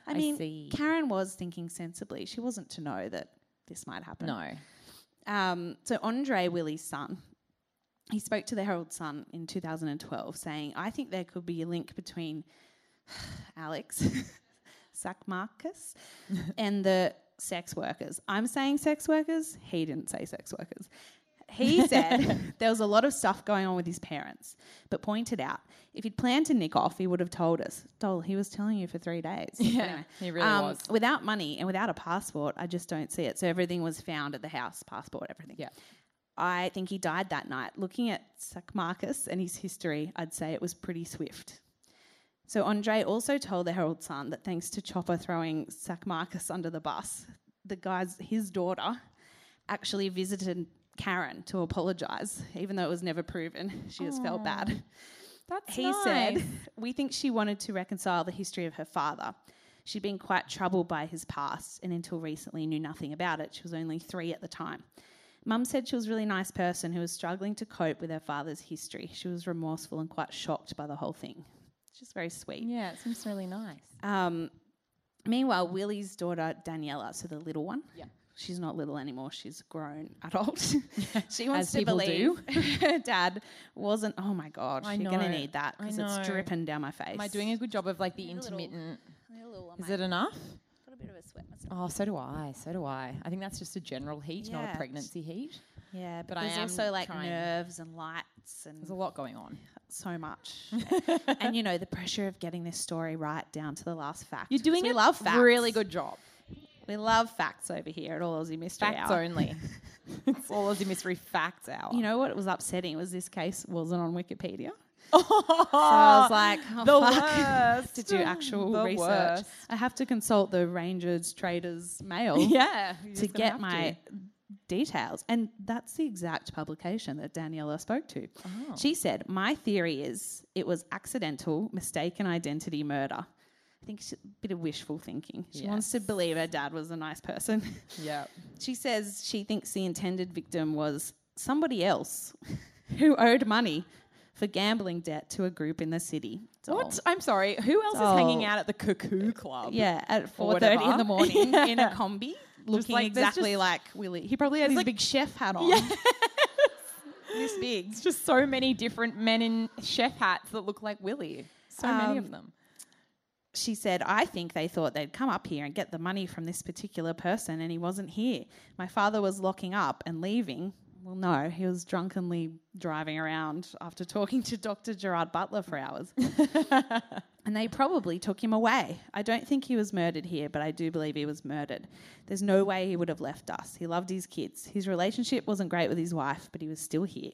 C: I
B: I
C: mean,
B: see.
C: Karen was thinking sensibly. She wasn't to know that this might happen.
B: No.
C: Um, so Andre Willie's son, he spoke to the Herald Sun in 2012, saying, "I think there could be a link between *sighs* Alex *laughs* Sakmarkas and the sex workers. I'm saying sex workers. He didn't say sex workers."
B: *laughs*
C: He said there was a lot of stuff going on with his parents, but pointed out if he'd planned to nick off, he would have told us. Dole, he was telling you for three days. um,
B: Yeah, he really was.
C: Without money and without a passport, I just don't see it. So everything was found at the house, passport, everything.
B: Yeah.
C: I think he died that night. Looking at Sakmarkas and his history, I'd say it was pretty swift. So Andre also told the Herald Sun that thanks to Chopper throwing Sakmarkas under the bus, the guy's his daughter actually visited Karen to apologize, even though it was never proven. She just felt bad.
B: That's
C: He said, *laughs* We think she wanted to reconcile the history of her father. She'd been quite troubled by his past and until recently knew nothing about it. She was only three at the time. Mum said she was a really nice person who was struggling to cope with her father's history. She was remorseful and quite shocked by the whole thing. It's just very sweet.
B: Yeah, it seems really nice.
C: Um, meanwhile, Willie's daughter Daniela, so the little one,
B: Yeah.
C: she's not little anymore. She's a grown
B: *laughs*
C: adult. she
B: As
C: wants to
B: people
C: believe *laughs* her dad wasn't. Oh my god,
B: I
C: you're gonna
B: know,
C: need that
B: I
C: because
B: know.
C: it's dripping down my face.
B: Am I doing a good job of like the
C: Need a little-
B: intermittent?
C: a little? on
B: Is
C: my-
B: it enough?
C: got a bit of a sweat myself.
B: Oh, so do I. So do I. I think that's just a general heat, not
C: Yeah.
B: a pregnancy heat.
C: Yeah, but,
B: but I
C: there's
B: am
C: also like
B: trying.
C: nerves and lights and
B: There's a lot going on.
C: so much.
B: *laughs*
C: and you know the pressure of getting this story right down to the last fact.
B: You're
C: 'cause
B: doing
C: we
B: a
C: love facts.
B: really good job.
C: We love facts over here at All Aussie Mystery
B: Facts
C: Hour.
B: only. it's all Aussie mystery facts hour.
C: You know what was upsetting was this case wasn't on Wikipedia.
B: so
C: *laughs* So I was like, oh,
B: the
C: fuck.
B: worst.
C: to do actual
B: The
C: research.
B: worst.
C: I have to consult the Rangers Traders *laughs* Mail
B: *laughs* yeah, you're
C: to
B: just gonna
C: get
B: have
C: my details. And that's the exact publication that Daniela spoke to.
B: Oh.
C: She said, My theory is it was accidental, mistaken identity murder. I think she's a bit of wishful thinking. She wants to believe her dad was a nice person. *laughs*
B: Yeah.
C: She says she thinks the intended victim was somebody else *laughs* who owed money for gambling debt to a group in the city.
B: What? Oh. I'm sorry. Who else is hanging
C: Doll.
B: out at the Cuckoo Club?
C: Yeah, at
B: Or
C: four
B: whatever.
C: thirty in the
B: *laughs*
C: morning
B: Yeah.
C: in a combi, looking
B: like- there's
C: exactly
B: just-
C: like Willie. He probably has his
B: like-
C: big
B: *laughs*
C: chef hat on. this big.
B: It's just so many different men in chef hats that look like Willy. So many of
C: Um,
B: them.
C: She said, "I think they thought they'd come up here and get the money from this particular person, and he wasn't here. My father was locking up and leaving." Well, no, he was drunkenly driving around after *laughs* talking to Dr. Gerard Butler for hours. And they probably took him away. I don't think he was murdered here, but I do believe he was murdered. There's no way he would have left us. He loved his kids. His relationship wasn't great with his wife, but he was still here.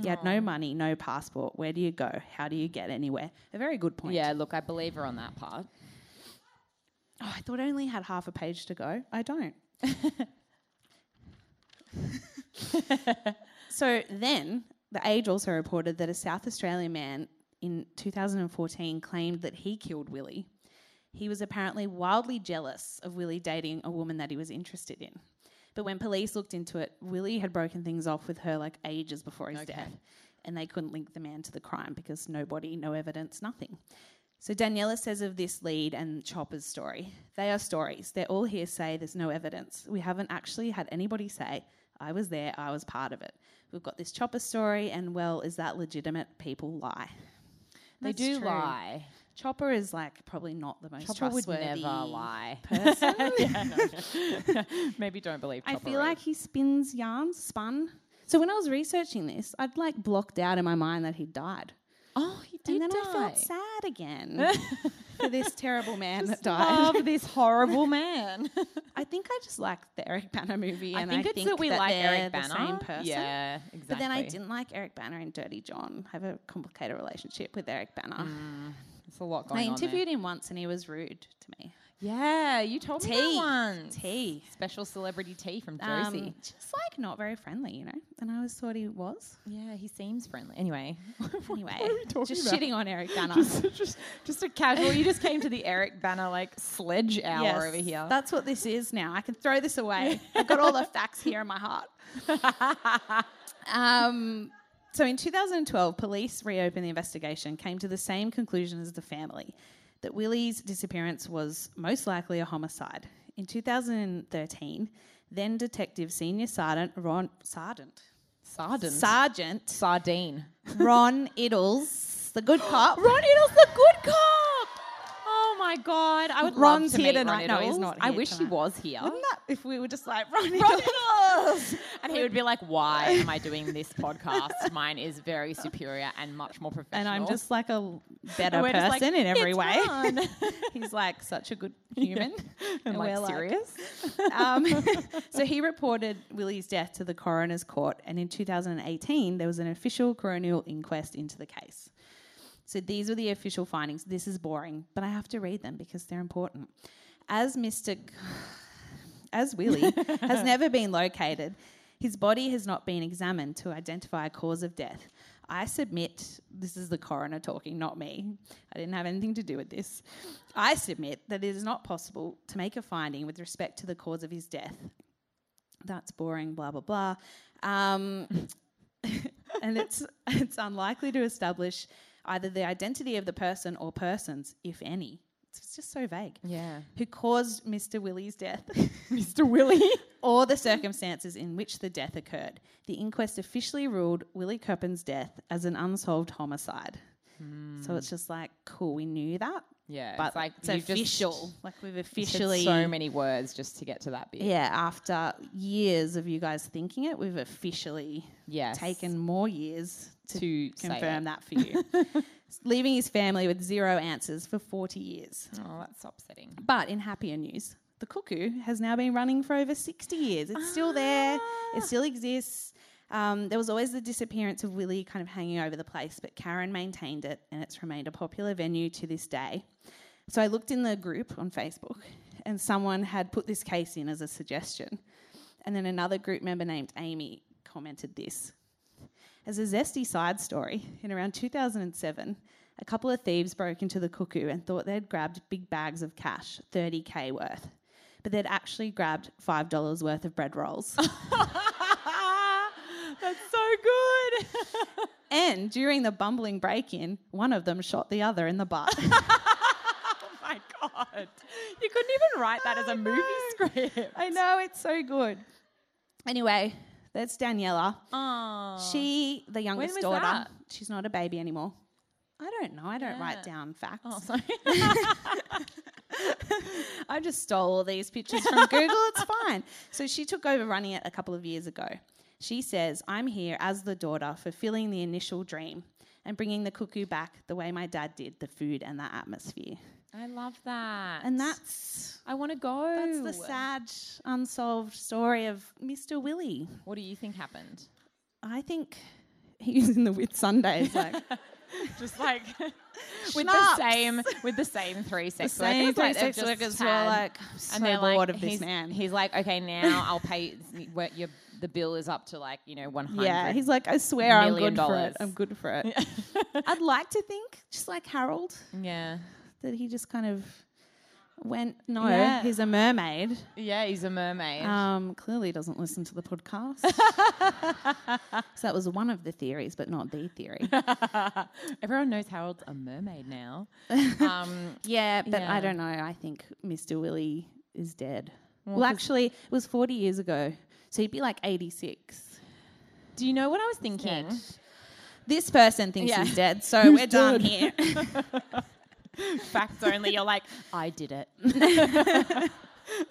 C: He had no money, no passport. Where do you go? How do you get anywhere? A very good point.
B: Yeah, look, I believe her on that part.
C: Oh, I thought I only had half a page to go. I don't. *laughs* so then the age also reported that a South Australian man in 2014 claimed that he killed Willie. He was apparently wildly jealous of Willie dating a woman that he was interested in. But when police looked into it, Willie had broken things off with her like ages before his death. And they couldn't link the man to the crime because no body, no evidence, nothing. So Daniela says of this lead and Chopper's story, they are stories. They're all hearsay. There's no evidence. We haven't actually had anybody say, I was there, I was part of it. We've got this Chopper story, and well, is that legitimate? People lie.
B: They
C: That's
B: do
C: true.
B: lie.
C: Chopper is like probably not the most
B: Chopper would *laughs* never
C: trustworthy.
B: lie.
C: person.
B: Yeah, no, no. Maybe don't believe.
C: I
B: Chopper
C: feel
B: either.
C: like he spins yarns, spun. So when I was researching this, I'd like blocked out in my mind that he died.
B: Oh, he did
C: and then
B: die.
C: I felt sad
B: *laughs*
C: again for this terrible man that *laughs* died.
B: Love this horrible *laughs* man.
C: I think I just liked the Eric Banner movie, and I
B: think
C: think,
B: it's that we like
C: they're
B: Eric Banner.
C: the same person.
B: Yeah, exactly.
C: But then I didn't like Eric Banner and Dirty John. I have a complicated relationship with Eric Banner.
B: It's a lot Mm, going
C: I
B: on. there.
C: interviewed him once and he was rude to me.
B: Yeah, you told me that
C: Tea.
B: once.
C: Tea.
B: Special celebrity tea from
C: Um,
B: Josie.
C: just like not very friendly, you know? And I always thought he *laughs* was.
B: yeah, he seems friendly. Anyway,
C: Anyway, *laughs*
B: talking
C: just
B: about?
C: shitting on Eric Banner.
B: *laughs* just just a casual. You just came to the Eric Banner like sledge hour
C: Yes,
B: over here.
C: That's what this is now. I can throw this away. I've got all the facts here in my heart. *laughs* um, so in 2012, police reopened the investigation, came to the same conclusion as the family that Willie's disappearance was most likely a homicide. In 2013, then Detective Senior Sergeant Ron Sergeant
B: Sardine.
C: Sergeant
B: Sardine.
C: Ron Iddles, the good cop.
B: Ron Iddle's the good cop. Oh my god, I would love
C: Ron's
B: to
C: here
B: meet Ron
C: tonight. No, he's
B: Iddles.
C: not
B: I
C: here
B: wish he
C: tonight.
B: was here.
C: Wouldn't that if we were just like Ron
B: *laughs*
C: Iddles?
B: Ron Iddles. And he would be like, "Why am I doing this podcast? Mine is very superior and much more professional."
C: and I'm just like a l- better
B: we're
C: person
B: just like,
C: in every
B: "It's
C: way.
B: *laughs* Ron."
C: *laughs* He's like such
B: *laughs*
C: a good human.
B: and like
C: we're like-
B: serious.
C: um, *laughs* so he reported Willie's death to the coroner's court, and in 2018 there was an official coronial inquest into the case. So these were the official findings. This is boring, but I have to read them because they're important. As Mr. C- as Willie has never been located, his body has not been examined to identify a cause of death. I submit, this is the coroner talking, not me. I didn't have anything to do with this. I submit that it is not possible to make a finding with respect to the cause of his death. That's boring, blah, blah, blah. Um, *laughs* and it's it's unlikely to establish either the identity of the person or persons, if any. It's just so vague.
B: *laughs* Yeah,
C: Who caused Mr. Willie's death *laughs*
B: Mr. Willie.
C: or the circumstances in which the death occurred. The inquest officially ruled Willie Coppen's death as an unsolved homicide. So it's just like, cool, we knew that.
B: Yeah,
C: But
B: Hmm. it's like
C: it's
B: you've
C: official.
B: Just
C: like we've
B: said
C: officially
B: so many words just to get to that bit.
C: Yeah, after years of you guys thinking it, we've officially
B: Yes.
C: taken more years to
B: to say
C: confirm
B: it.
C: that
B: *laughs*
C: for you. Leaving his family with zero answers for 40 years.
B: Oh, that's *laughs* upsetting.
C: But in happier news, the cuckoo has now been running for over 60 years. It's still there, it still exists. Um, there was always the disappearance of Willie kind of hanging over the place, but Karen maintained it and it's remained a popular venue to this day. So I looked in the group on Facebook and someone had put this case in as a suggestion. And then another group member named Amy commented this. As a zesty side story, in around 2007, a couple of thieves broke into the cuckoo and thought they'd grabbed big bags of cash, 30k worth. But they'd actually grabbed $5 worth of
B: *laughs*
C: bread rolls.
B: Ah, that's so good. *laughs* Oh
C: and during the bumbling break in, one of them shot the other in the butt.
B: oh my god, you couldn't even write that as a movie script.
C: *laughs* I know, it's so good. Anyway, that's Daniela.
B: Oh,
C: She, the youngest
B: was
C: daughter,
B: that?
C: she's not a baby anymore. I don't know. I don't
B: Yeah.
C: write down facts.
B: oh *laughs* sorry.
C: I just stole all these pictures *laughs* from Google. It's fine. So she took over running it a couple of years ago. She says, I'm here as the daughter, fulfilling the initial dream and bringing the cuckoo back the way my dad did the food and the atmosphere.
B: I love that.
C: And that's.
B: I want to go.
C: That's the sad, unsolved story of Mr. Willie.
B: What do you think happened?
C: I think he was in the with *laughs* Sundays. Like, *laughs*
B: Just like with the
C: Schnapps.
B: same with the same three sex
C: same
B: workers, like
C: three
B: they've
C: sex
B: just
C: workers were
B: had-
C: like, "I'm so bored of this
B: he's,
C: man."
B: He's like, okay,
C: *laughs*
B: now I'll pay. What your the bill is up to like you know one hundred.
C: yeah, he's like, I swear I'm
B: Million
C: good for
B: dollars.
C: it. I'm good for *laughs* it. I'd like to think, just like Harold,
B: *laughs* yeah,
C: that he just kind of went, no,
B: Yeah.
C: he's a mermaid.
B: yeah. He's a mermaid.
C: Um, clearly doesn't listen to the podcast. *laughs* so that was one of the theories, but not the theory.
B: Everyone knows Harold's a mermaid now. Um,
C: *laughs* yeah, but
B: Yeah.
C: I don't know. I think Mr. Willie is dead. Well,
B: 'cause-
C: actually, it was 40 years ago. So he'd be like 86.
B: do you know what I was thinking?
C: This person thinks
B: Yeah.
C: *laughs* he's dead, so we're done here.
B: Facts only. You're like, I did it. *laughs*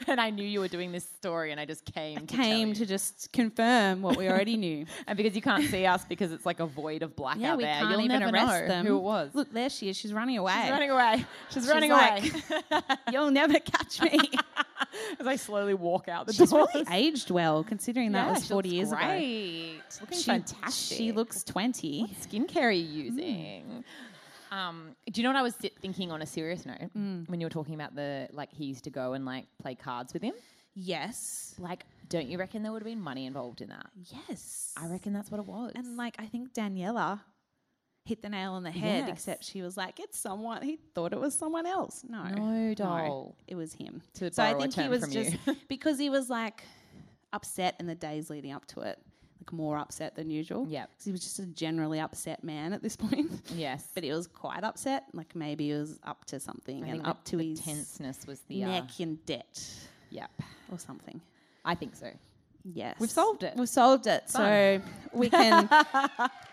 B: and I knew you were doing this story, and I just came. to tell
C: Came
B: you.
C: to just confirm what we already knew.
B: and because you can't see us because it's like a void of black
C: yeah,
B: out
C: we
B: there.
C: can't
B: You'll
C: even
B: never
C: arrest
B: know
C: them.
B: who it was.
C: Look, there she is. She's running away. *laughs*
B: She's running away. She's, running
C: like-
B: away.
C: You'll never catch me.
B: *laughs* As I slowly walk out the
C: She's
B: door.
C: really aged well, considering that was 40 years ago.
B: great. Looking
C: She,
B: fantastic.
C: she looks 20.
B: skincare are you using? Um, do you know what I was si- thinking on a serious note
C: Mm.
B: when you were talking about the like he used to go and like play cards with him?
C: Yes.
B: Like, don't you reckon there would have been money involved in that?
C: Yes.
B: I reckon that's what it was.
C: And like, I think Daniela hit the nail on the head,
B: Yes.
C: except she was like, it's someone. He thought it was someone else. No.
B: no, doll.
C: It was him.
B: To
C: so I
B: borrow a
C: think he
B: term
C: was
B: from
C: just
B: you. *laughs*
C: because he was like upset in the days leading up to it, like more upset than usual.
B: Yep.
C: Because he was just a generally upset man at this *laughs* point.
B: Yes.
C: but he was quite upset. Like maybe he was up to something
B: I
C: and
B: think
C: up
B: the-
C: to
B: the
C: his
B: tenseness was the uh,
C: neck in debt
B: Yep.
C: or something.
B: I think so.
C: Yes.
B: We've solved it.
C: We've solved it. So
B: *laughs*
C: we can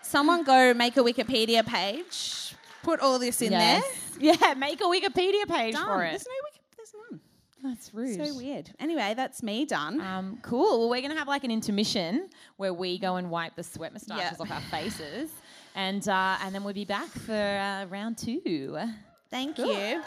C: someone go make a Wikipedia page. Put all this in
B: there. *laughs* Yeah, make a Wikipedia page
C: there. Done.
B: for
C: There's
B: it.
C: no Wiki there's none.
B: That's rude.
C: So weird. Anyway, that's me done.
B: Um, cool. Well, we're going to have like an intermission where we go and wipe the sweat moustaches
C: Yeah.
B: off our
C: Oh,
B: faces. And, uh, and then we'll be back for uh, round two.
C: Thank you.